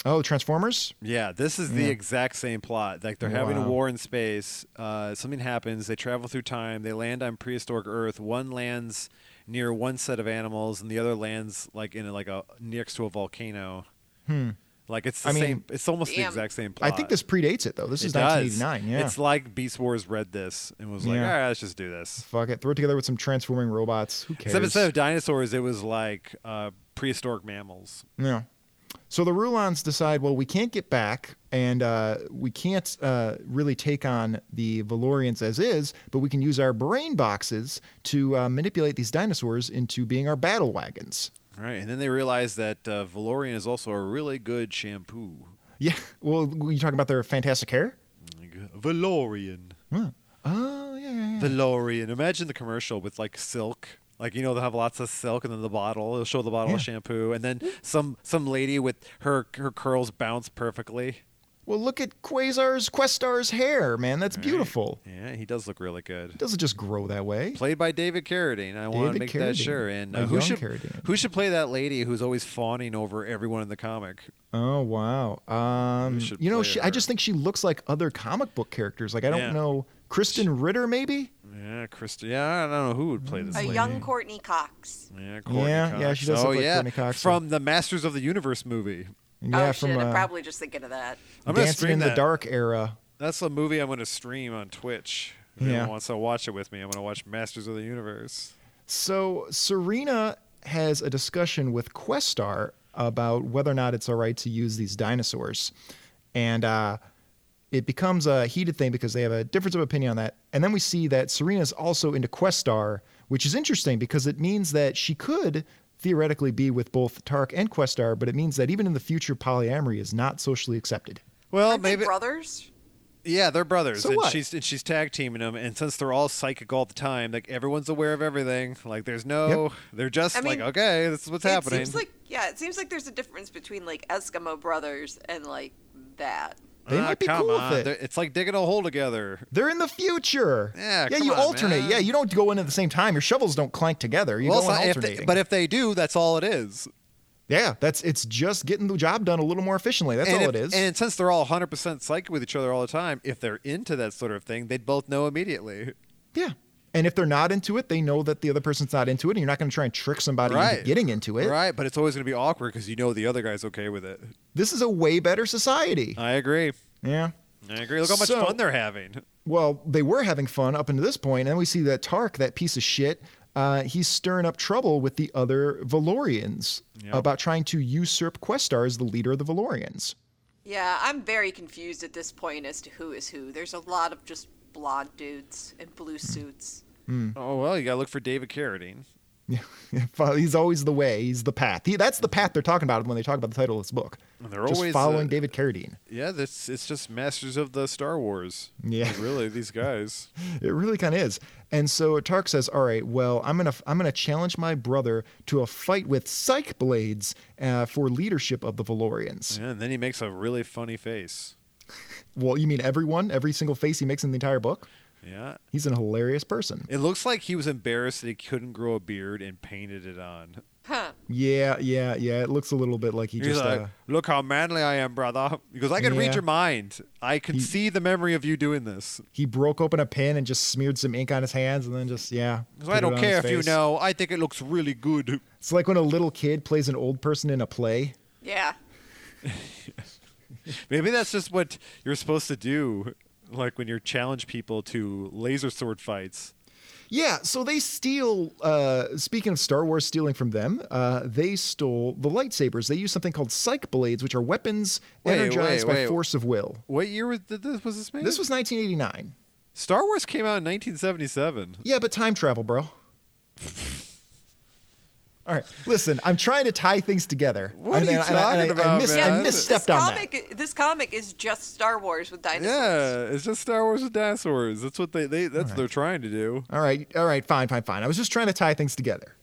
Oh, Transformers.
Yeah, this is the exact same plot. Like they're having a
Wow.
war in space. Uh, something happens. They travel through time. They land on prehistoric Earth. One lands near one set of animals, and the other lands like in a, like a next to a volcano. Hmm. Like it's the
I mean-
same. it's almost the
Damn.
exact same plot.
I think this predates it though. This
It
is
does.
1989. Yeah.
It's like Beast Wars read this and was like,
Yeah.
all right, let's just do this.
Fuck it. Throw it together with some transforming robots. Who cares?
Except instead of dinosaurs, it was like uh, prehistoric mammals.
Yeah. So the Rulons decide, well, we can't get back, and uh, we can't uh, really take on the Valorians as is, but we can use our brain boxes to uh, manipulate these dinosaurs into being our battle wagons.
All right, and then they realized that uh, Valorian is also a really good shampoo.
Yeah. Well, you talking about their fantastic hair?
Valorian.
Hmm. Oh yeah. yeah, yeah.
Valorian. Imagine the commercial with like silk. Like you know they'll have lots of silk and then the bottle. It'll show the bottle of
Yeah.
shampoo and then some some lady with her her curls bounce perfectly.
Well, look at Quasar's Questar's hair, man. That's beautiful.
Yeah, he does look really
It
good.
doesn't just grow that way.
Played by David Carradine. I want to
David
make that
Carradine.
sure. And
A
uh, who
young
should
Carradine.
who should play that lady who's always fawning over everyone in the comic?
Oh wow. Um,
We should
you know,
play
she, I
her.
just think she looks like other comic book characters. Like I don't
Yeah.
know, Kristen Ritter maybe.
Yeah, Christy. Yeah, I don't know who would play this.
A
lady.
young Courtney Cox.
Yeah, Courtney
Mm. Yeah,
Cox.
yeah, she does
oh,
look like
yeah.
Courtney Cox.
from the Masters of the Universe movie.
Yeah,
oh
from
shit! I'm
uh,
probably just thinking of that.
I'm gonna
Dancing
stream
in the
that.
Dark era.
That's a movie I'm going to stream on Twitch. If
Yeah.
anyone wants to watch it with me, I'm going to watch Masters of the Universe.
So Serena has a discussion with Questar about whether or not it's all right to use these dinosaurs, and uh, it becomes a heated thing because they have a difference of opinion on that. And then we see that Serena's also into Questar, which is interesting because it means that she could theoretically be with both Tark and Questar, but it means that even in the future, polyamory is not socially accepted.
Well,
Aren't they
maybe
brothers.
yeah, they're brothers,
So
and
what?
she's and she's tag teaming them. And since they're all psychic all the time, like everyone's aware of everything. Like there's no, they're just
I
like
mean,
okay, this is what's
it
happening.
seems like yeah, it seems like there's a difference between like Eskimo brothers and like that.
They
Ah,
might be
come
cool
on.
with it.
They're- It's like digging a hole together.
They're in the future.
Yeah,
yeah.
come
You
on,
alternate.
man.
Yeah, you don't go in at the same time. Your shovels don't clank together. You
Well,
go in
so if
alternating.
they, but if they do, that's all it is.
yeah, that's it's just getting the job done a little more efficiently. That's
and
all
if-
it is.
And since they're all 100% psychic with each other all the time, if they're into that sort of thing, they'd both know immediately.
yeah. And if they're not into it, they know that the other person's not into it, and you're not going to try and trick somebody
Right.
into getting into it.
Right, but it's always going to be awkward because you know the other guy's okay with it.
This is a way better society.
I agree.
yeah.
I agree. Look how much
So-
fun they're having.
Well, they were having fun up until this point, and we see that Tark, that piece of shit, uh, he's stirring up trouble with the other Valorians
Yep.
about trying to usurp Questar as the leader of the Valorians.
Yeah, I'm very confused at this point as to who is who. There's a lot of just blonde dudes in blue suits.
Oh well, you gotta look for David Carradine.
Follow- He's always the way. He's the path. He, that's the path they're talking about when they talk about the title of this book.
And they're
just
always,
following
uh,
David Carradine.
Yeah, that's it's just masters of the Star Wars.
Yeah.
Like, really, these guys.
It really kind of is. And so Tark says, "All right, well, I'm gonna I'm gonna challenge my brother to a fight with Psych Blades uh, for leadership of the Valorians."
Yeah, and then he makes a really funny face.
Well, you mean everyone, every single face he makes in the entire book?
Yeah,
He's an hilarious person.
it looks like he was embarrassed that he couldn't grow a beard and painted it on.
Huh.
Yeah, yeah, yeah. It looks a little bit like he
He's
just.
like,
uh,
"Look how manly I am, brother." He goes, "I can
Yeah.
read your mind. I can
He-
see the memory of you doing this."
he broke open a pen and just smeared some ink on his hands, and then just yeah.
Because
put
I
it
don't
on
care if
his
you
face.
know. I think it looks really good.
It's like when a little kid plays an old person in a play.
Yeah.
Maybe that's just what you're supposed to do, like when you challenge people to laser sword fights.
Yeah, so they steal. Uh, speaking of Star Wars stealing from them, uh, they stole the lightsabers. They use something called psych blades, which are weapons
Wait,
energized
wait,
by
wait.
force of will.
What year was th- this? Was this made?
This was 1989.
Star Wars came out in 1977.
Yeah, but time travel, bro. All right, listen, I'm trying to tie things together.
What
And
are you
I- and I- and I-
talking
I,
about,
missed,
man?
I misstepped
this
on that.
comic, This comic is just Star Wars with dinosaurs.
Yeah, it's just Star Wars with dinosaurs. That's what they, they that's what they're trying to do.
All right, all right, fine, fine, fine. I was just trying to tie things together.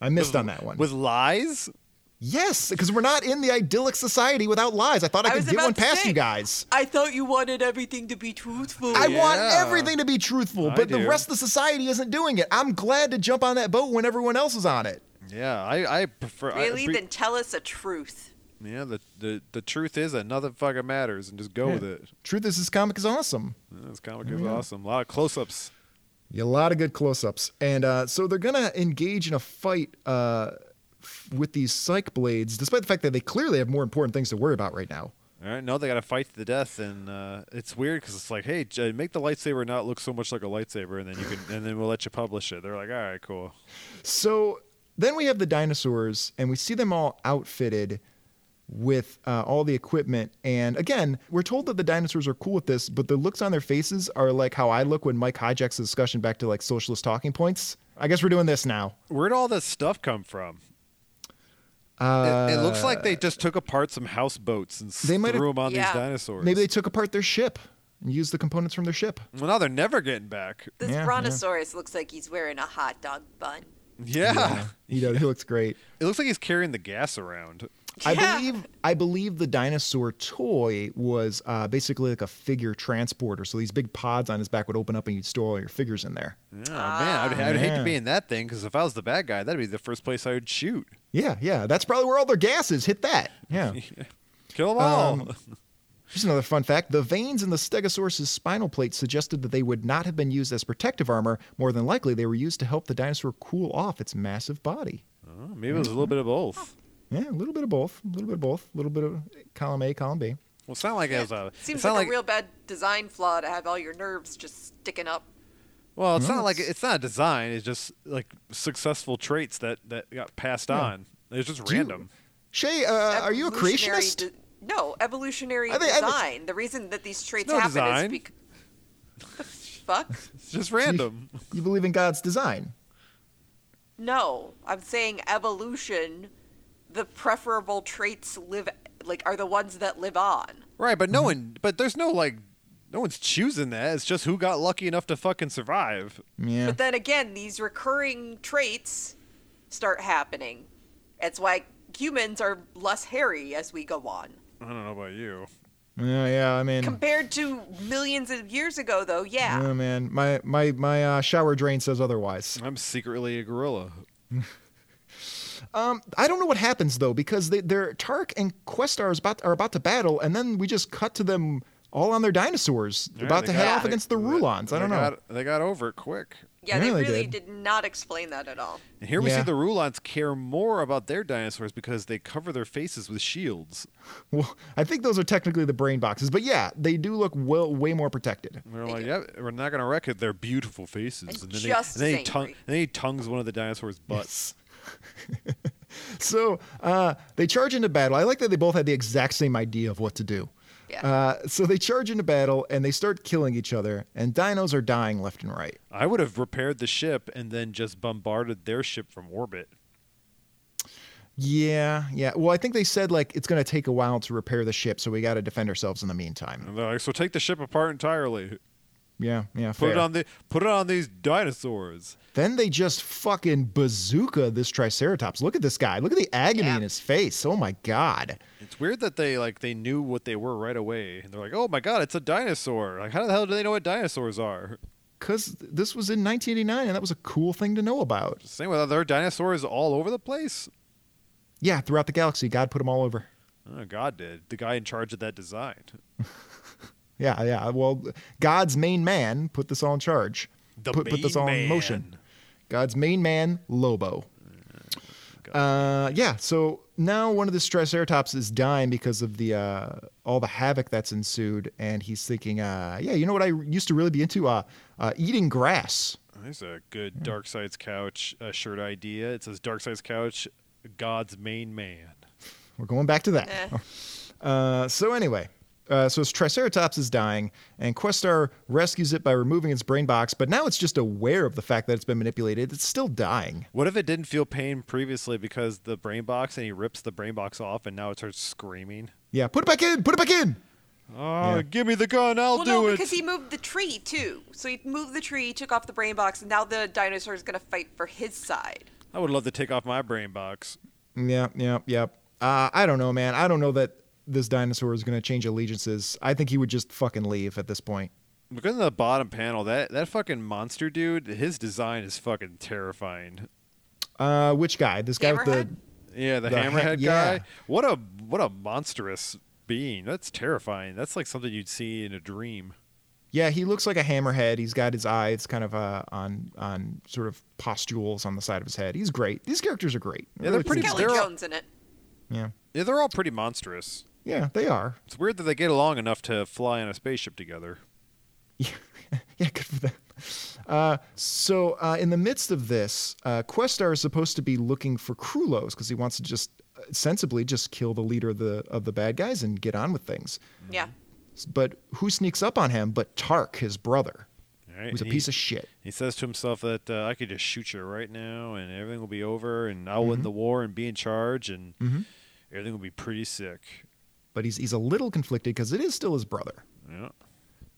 I missed on that one.
With lies?
yes, because we're not in the idyllic society without lies. I thought I,
I
could
was
get
about
one
to
past
say,
you guys.
I thought you wanted everything to be truthful.
I want
Yeah.
everything to be truthful,
I
but the
do.
rest of the society isn't doing it. I'm glad to jump on that boat when everyone else is on it.
Yeah, I, I prefer I
really?
appre-
then tell us a truth.
Yeah, the, the the truth is that nothing fucking matters, and just go with
Yeah.
it.
Truth is, this comic is awesome.
Yeah, This comic is awesome. A lot of close-ups.
Yeah, a lot of good close-ups, and uh, so they're gonna engage in a fight uh, f- with these psych blades, despite the fact that they clearly have more important things to worry about right now.
All right, no, they got to fight to the death, and uh, it's weird because it's like, hey, j- make the lightsaber not look so much like a lightsaber, and then you can, and then we'll let you publish it. They're like, all right, cool.
So then we have the dinosaurs, and we see them all outfitted with uh, all the equipment. And again, we're told that the dinosaurs are cool with this, but the looks on their faces are like how I look when Mike hijacks the discussion back to like socialist talking points. I guess we're doing this now.
Where'd all this stuff come from?
Uh,
It, it looks like they just took apart some houseboats and
They might have-
threw them on
Yeah.
these dinosaurs.
Maybe they took apart their ship and used the components from their ship.
well, now they're never getting back.
This
Yeah, yeah.
brontosaurus looks like he's wearing a hot dog bun.
Yeah.
You know, he looks great.
it looks like he's carrying the gas around.
I
Yeah.
believe I believe the dinosaur toy was uh, basically like a figure transporter. So these big pods on his back would open up, and you'd store all your figures in there.
Oh man, I'd, I'd hate
Yeah.
to be in that thing because if I was the bad guy, that'd be the first place I would shoot.
Yeah, yeah. That's probably where all their gas is. Hit that. Yeah.
Kill them all.
Um, Just another fun fact the veins in the Stegosaurus's spinal plate suggested that they would not have been used as protective armor. More than likely, they were used to help the dinosaur cool off its massive body.
Oh, maybe it was a little bit of both.
Yeah, a little bit of both. A little bit of both. A little bit of column A, column B.
Well, it sounded like it was a. it
Seems
sounded
like a real bad design flaw to have all your nerves just sticking up.
Well, it's not like it's not a design. It's just like successful traits that that got passed on. It's just
you-
random.
Shay, uh, are you a
Evolutionary
creationist?
de- no, evolutionary
I think- I
design.
think-
the reason that these traits
no
happen
design.
is because. Fuck.
It's just random.
you believe in God's design.
No, I'm saying evolution. The preferable traits live like are the ones that live on.
right, but no one. But there's no like. No one's choosing that. It's just who got lucky enough to fucking survive.
Yeah.
But then again, these recurring traits start happening. It's why humans are less hairy as we go on.
I don't know about you.
yeah, yeah, I mean,
Compared to millions of years ago, though, yeah.
oh man, my my my uh, shower drain says otherwise.
I'm secretly a gorilla.
I don't know what happens though because they, they're Tark and Questar is about, are about to battle, and then we just cut to them all on their dinosaurs,
Yeah,
about
they
to head
got-
off
they-
against the
they-
Rulons. I
they
don't know.
got- they got over it quick.
yeah, they
Yeah, they
really
did.
did not explain that at all.
And here we
Yeah.
see the Rulons care more about their dinosaurs because they cover their faces with shields.
Well, I think those are technically the brain boxes, but yeah, they do look well way more protected.
And They're like, yep, we're not gonna wreck it. They're beautiful faces,
And
and then,
just
they, and then, he
as
tongue,
angry.
then he tongues one of the dinosaurs' butts.
So uh, they charge into battle. I like that they both had the exact same idea of what to do.
Yeah.
Uh, so they charge into battle and they start killing each other, and dinos are dying left and right.
I would have repaired the ship and then just bombarded their ship from orbit.
Yeah, yeah. Well, I think they said like it's going to take a while to repair the ship, so we got to defend ourselves in the meantime.
And they're like, so take the ship apart entirely.
Yeah, yeah.
Put it
fair.
on the put it on these dinosaurs.
Then they just fucking bazooka this Triceratops. Look at this guy. Look at the agony
Yeah.
in his face. Oh my god.
It's weird that they like they knew what they were right away, and they're like, oh my god, it's a dinosaur. Like, how the hell do they know what dinosaurs are?
Cause this was in 1989, and that was a cool thing to know about.
Same with other dinosaurs all over the place.
Yeah, throughout the galaxy, God put them all over.
Oh, God did the guy in charge of that design,
Yeah, yeah. Well, God's main man put this all in charge.
The
put, put this
main
all in motion.
man.
God's main man, Lobo.
Mm,
Uh, yeah. So now one of the Triceratops is dying because of the uh, all the havoc that's ensued, and he's thinking, uh, yeah, you know what I used to really be into? Uh, uh, eating grass.
There's a
Hmm.
good Dark Side's Couch uh, shirt idea. It says Dark Side's Couch, God's main man.
We're going back to that.
Eh.
Uh, so anyway, uh, so Triceratops is dying, and Questar rescues it by removing its brain box, but now it's just aware of the fact that it's been manipulated. It's still dying.
What if it didn't feel pain previously because the brain box and he rips the brain box off and now it starts screaming?
Yeah, put it back in. Put it back in.
Oh,
Yeah.
give me the gun, I'll
well,
do
no,
it.
because he moved the tree too. So he moved the tree, took off the brain box, and now the dinosaur is gonna fight for his side.
I would love to take off my brain box.
Yep, yep, yep. Uh, I don't know, man. I don't know that this dinosaur is going to change allegiances. I think he would just fucking leave at this point.
Look at the bottom panel. That that fucking monster dude, his design is fucking terrifying.
Uh, which guy? This guy with the
Hammerhead?
Yeah, the,
The ha-
hammerhead
yeah.
guy. What a what a monstrous being. That's terrifying. That's like something you'd see in a dream.
Yeah, he looks like a hammerhead. He's got his eye. It's kind of uh, on on sort of postules on the side of his head. He's great. These characters are great.
Yeah, they're pretty-
cool.
Kelly
They're-
Jones in it.
Yeah,
Yeah, they're all pretty monstrous.
yeah, they are.
It's weird that they get along enough to fly on a spaceship together.
Yeah, yeah, good for them. Uh, so, uh, in the midst of this, uh, Questar is supposed to be looking for Krulos because he wants to just uh, sensibly just kill the leader of the of the bad guys and get on with things.
Yeah.
But who sneaks up on him? But Tark, his brother,
All right,
who's a
he-
piece of shit.
He says to himself that uh, I could just shoot you right now, and everything will be over, and I'll
Mm-hmm.
win the war and be in charge, and everything will be pretty sick.
But he's he's a little conflicted because it is still his brother.
Yeah.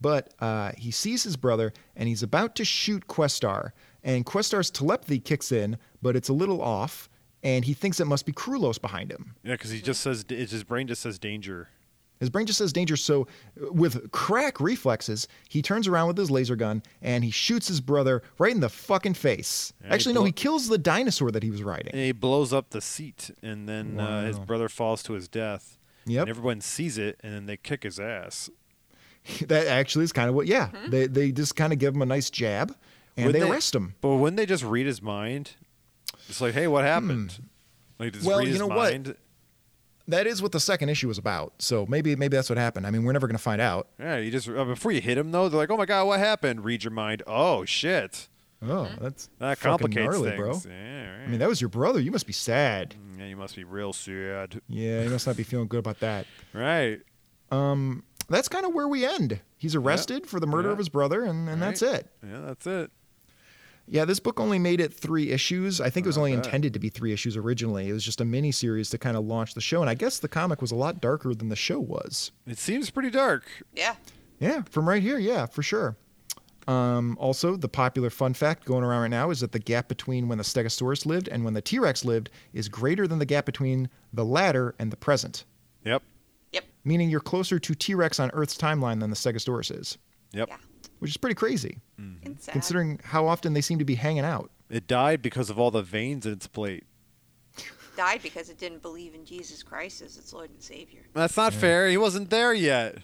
but uh, he sees his brother and he's about to shoot Questar. And Questar's telepathy kicks in, but it's a little off, and he thinks it must be Krulos behind him.
Yeah, because he just says it's his brain just says danger.
His brain just says danger, so uh, with crack reflexes, he turns around with his laser gun and he shoots his brother right in the fucking face.
Yeah, he
Actually, no,
blo-
he kills the dinosaur that he was
And
riding.
he blows up the seat, and then uh, his
Wow.
brother falls to his death.
Yep.
And everyone sees it, and then they kick his ass.
That actually is kind of what, yeah. They, they just kind of give him a nice jab and
Wouldn't
they arrest him.
But wouldn't they just read his mind? It's like, hey, what happened? Like, just
Hmm. Well,
read
you
his
know what?
mind.
That is what the second issue was about, so maybe maybe that's what happened. I mean, we're never going to find out.
Yeah, you just uh, before you hit him though, they're like, "Oh my god, what happened?" Read your mind. Oh shit,
Oh, that's
that
fucking
complicates
gnarly,
things.
bro.
Yeah, right.
I mean, that was your brother. You must be sad.
yeah, you must be real sad.
Yeah, you must not be feeling good about that.
Right.
That's kind of where we end. He's arrested for the murder
Yeah.
of his brother, and, and that's
Right.
it.
Yeah, that's it.
Yeah, this book only made it three issues. I think it was only
bad.
intended to be three issues originally. It was just a mini series to kind of launch the show, and I guess the comic was a lot darker than the show was.
It seems pretty dark.
Yeah.
Yeah, from right here, yeah, for sure. Um, also, the popular fun fact going around right now is that the gap between when the Stegosaurus lived and when the T Rex lived is greater than the gap between the latter and the present.
Yep.
Yep.
meaning you're closer to T Rex on Earth's timeline than the Stegosaurus is,
Yep.
Yeah.
which is pretty crazy,
And sad.
considering how often they seem to be hanging out.
It died because of all the veins in its plate.
died because it didn't believe in Jesus Christ as its Lord and Savior.
That's not fair. He wasn't there yet.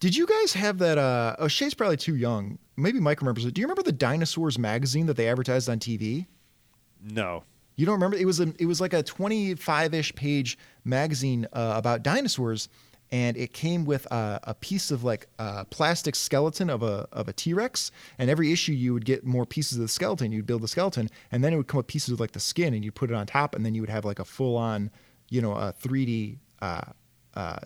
Did you guys have that? Uh, oh, Shay's probably too young. Maybe Mike remembers it. Do you remember the Dinosaurs magazine that they advertised on TV?
No.
You don't remember? It was a, it was like a 25-ish page magazine uh, about dinosaurs, and it came with a, a piece of like a plastic skeleton of a of a T-Rex. And every issue, you would get more pieces of the skeleton. You'd build the skeleton, and then it would come with pieces of like the skin, and you put it on top, and then you would have like a full-on, you know, a 3D uh, uh,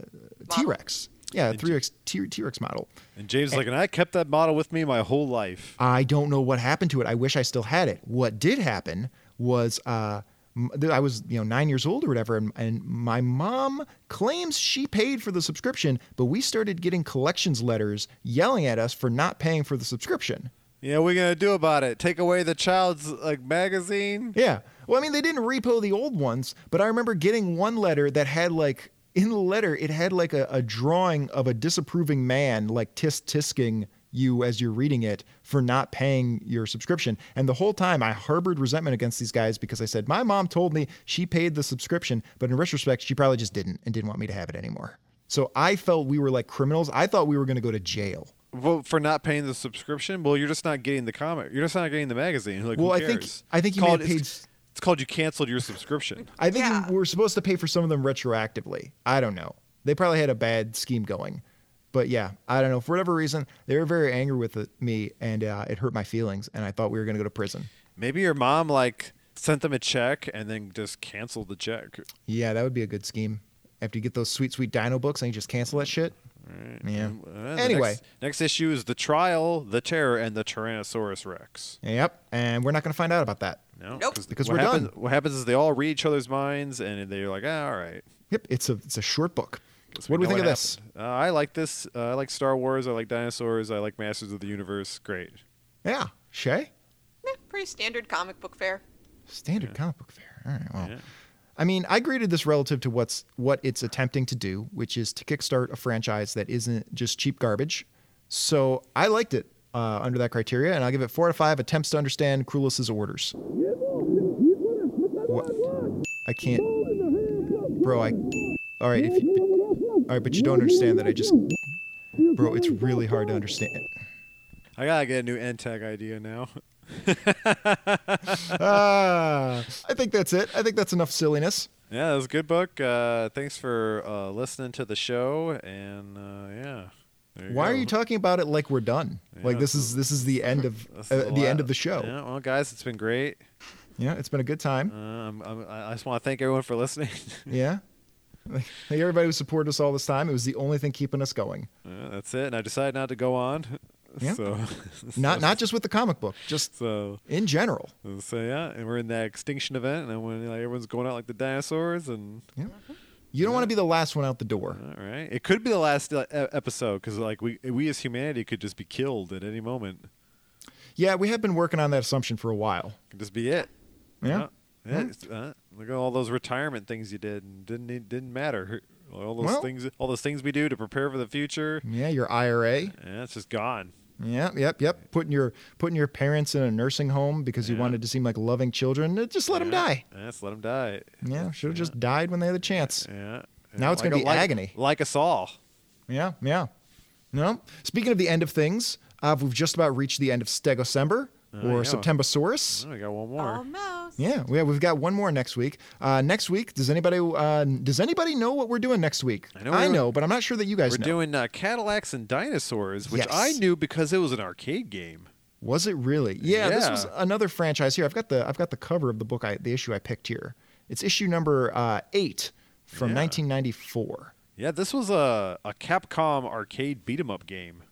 T-Rex. Yeah, a 3X T- T-Rex model.
And James is like, and I kept that model with me my whole life.
I don't know what happened to it. I wish I still had it. What did happen was uh, m- th- I was you know nine years old or whatever, and, and my mom claims she paid for the subscription, but we started getting collections letters yelling at us for not paying for the subscription.
Yeah, we're gonna do about it. Take away the child's like magazine.
Yeah. Well, I mean, they didn't repo the old ones, but I remember getting one letter that had like in the letter it had like a, a drawing of a disapproving man like tisk tisking you as you're reading it for not paying your subscription. And the whole time I harbored resentment against these guys because I said my mom told me she paid the subscription, but in retrospect she probably just didn't and didn't want me to have it anymore. So I felt we were like criminals. I thought we were going to go to jail.
Well, for not paying the subscription, well, you're just not getting the comic. You're just not getting the magazine. Like, who
Well, I think-
cares?
I
It's
think you may
called-
have paid
It's, it's called you canceled your subscription.
I think
Yeah.
we were supposed to pay for some of them retroactively. I don't know. They probably had a bad scheme going. But yeah, I don't know. For whatever reason, they were very angry with it- me and uh, it hurt my feelings. And I thought we were going to go to prison.
Maybe your mom like sent them a check and then just canceled the check. Uh,
Yeah, that would be a good scheme. After you get those sweet, sweet dino books and you just cancel that shit. Yeah.
Uh, the
Anyway.
next, next issue is the trial, the terror, and the Tyrannosaurus Rex.
Yep. And we're not going to find out about that.
No,
Nope.
Because
what
we're
happens,
done.
What happens is they all read each other's minds and they're like, ah, all right.
Yep. It's a, it's a short book.
guess
What do we
know
think of this?
happened. Uh, I like this. Uh, I like Star Wars. I like dinosaurs. I like Masters of the Universe. Great.
Yeah. Shay?
Meh, pretty standard comic book fare.
Standard comic book fair. All right. Well,
Yeah.
I mean, I graded this relative to what's what it's attempting to do, which is to kickstart a franchise that isn't just cheap garbage. So I liked it uh, under that criteria, and I'll give it four out of five attempts to understand Krulis's orders. What? I can't, bro. I, all right, if you, all right, but you don't understand that I just, bro. It's really hard to understand.
I gotta get a new end tag idea now.
Ah, I think that's it. I think that's enough silliness.
Yeah, that was a good book. Uh, thanks for uh, listening to the show, and uh, yeah. There
Why are
go.
you talking about it like we're done? like this is this is the end of
That's
uh, the end
la-
of the show. Yeah.
Yeah, well, guys, it's been great.
it's been a good time.
Uh, I'm, I'm, I I just want to thank everyone for listening.
Yeah. Like, thank everybody who supported us all this time. It was the only thing keeping us going.
Uh, that's it, and I decided not to go on.
Yeah.
So,
Not not just with the comic book, just
so
in general.
so yeah, and we're in that extinction event, and when like, everyone's going out like the dinosaurs, and
Yeah. You don't want to be the last one out the door.
all right, it could be the last uh, e- episode because like we we as humanity could just be killed at any moment.
Yeah, we have been working on that assumption for a while.
Could just be it.
Yeah.
Yeah, it's- uh, look at all those retirement things you did and didn't need- didn't matter. All those
Well-
things, all those things we do to prepare for the future,
Yeah, your IRA.
yeah, it's just gone.
Yeah, yep, yep. Putting your putting your parents in a nursing home because you
Yeah.
wanted to seem like loving children. Uh, Just let them die.
Yeah, just let them die.
Yeah, should have just died when they had the chance.
Yeah.
Now it's gonna be
like,
agony.
Like us all.
Yeah, yeah. No. Speaking of the end of things, uh, we've just about reached the end of Stegosember or
Uh, yeah.
Septembosaurus.
Oh, we got one more.
Almost.
Yeah, we have, we've got one more next week. Uh, next week, does anybody uh, does anybody know what we're doing next week?
I know
I
we're-
know but I'm not sure that you guys
We're
know.
doing uh, Cadillacs and Dinosaurs, which
Yes.
I knew because it was an arcade game.
Was it really? Yeah, this
Yeah.
was another franchise here. I've got the I've got the cover of the book I the issue I picked here. It's issue number uh, eight from
Yeah.
1994.
Yeah, this was a, a Capcom arcade beat 'em up game.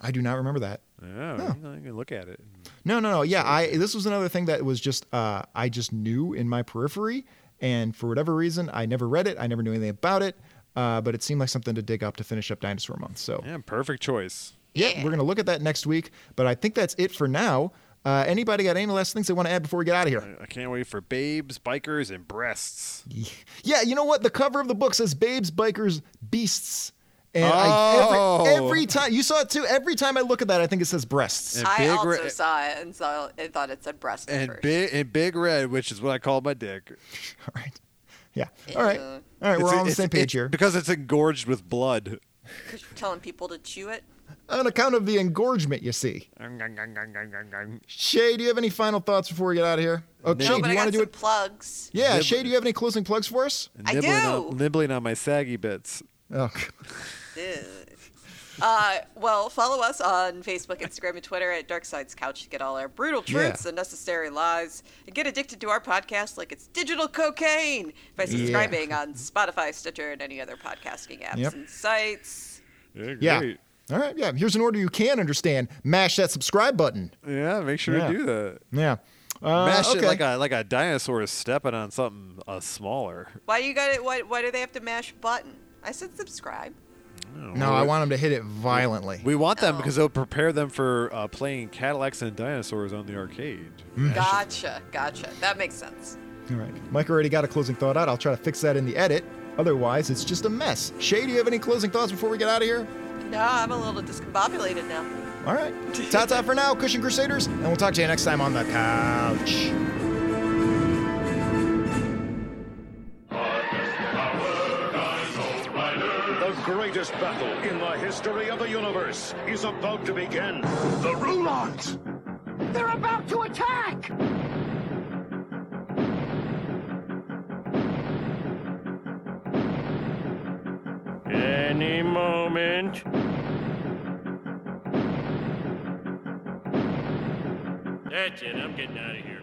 I do not remember that.
Yeah, you know, you can look at it.
No, no, no. Yeah, I this was another thing that was just uh, I just knew in my periphery, and for whatever reason, I never read it. I never knew anything about it. Uh, but it seemed like something to dig up to finish up Dinosaur Month. So
Yeah, perfect choice.
yeah, we're gonna look at that next week. But I think that's it for now. Uh, anybody got any last things they want to add before we get out of here?
I can't wait for babes, bikers, and breasts.
Yeah, you know what? The cover of the book says "Babes, Bikers, Beasts," and I, every,
Oh.
every time you saw it too. Every time I look at that, I think it says breasts.
And
I
big
also
re-
saw it and saw and thought it said breast. at
And
first.
big and big red, which is what I call my dick.
All right, yeah, all right, all
Ew.
right. We're
It's-
all on the
it's-
same page
it's-
here.
because it's engorged with blood.
telling people to chew it.
on account of the engorgement, you see. Shay, do you have any final thoughts before we get out of here? Oh,
No,
Shay,
but
do
I
you
got
want to do
some
it?
plugs.
Yeah,
Nib-
Shay, do you have any closing plugs for us?
I
nibbling
do.
On, nibbling on my saggy bits.
Oh,
Ugh. Uh, well, follow us on Facebook, Instagram, and Twitter at Dark Side's Couch to get all our brutal
Yeah.
truths, unnecessary lies, and get addicted to our podcast like it's digital cocaine by subscribing on Spotify, Stitcher, and any other podcasting apps
Yep.
and sites.
yeah.
great.
All right, yeah. Here's an order you can understand. Mash that subscribe button.
Yeah, make sure
Yeah.
to do that.
Yeah. Uh,
Mash
okay.
it like a like a dinosaur is stepping on something uh, smaller.
Why you got to Why, why do they have to mash button? I said subscribe.
no, I want them to hit it violently.
We want them
Oh.
because it'll prepare them for uh, playing Cadillacs and dinosaurs on the arcade.
Mm-hmm.
Gotcha, gotcha. That makes sense.
All right. Mike already got a closing thought out. I'll try to fix that in the edit. Otherwise, it's just a mess. Shay, do you have any closing thoughts before we get out of here?
No, I'm a little discombobulated now.
All right. Ta ta for now, Cushion Crusaders, and we'll talk to you next time on the couch.
The greatest battle in the history of the universe is about to begin.
The Rulons!
They're about to attack!
Any moment. That's it. I'm getting out of here.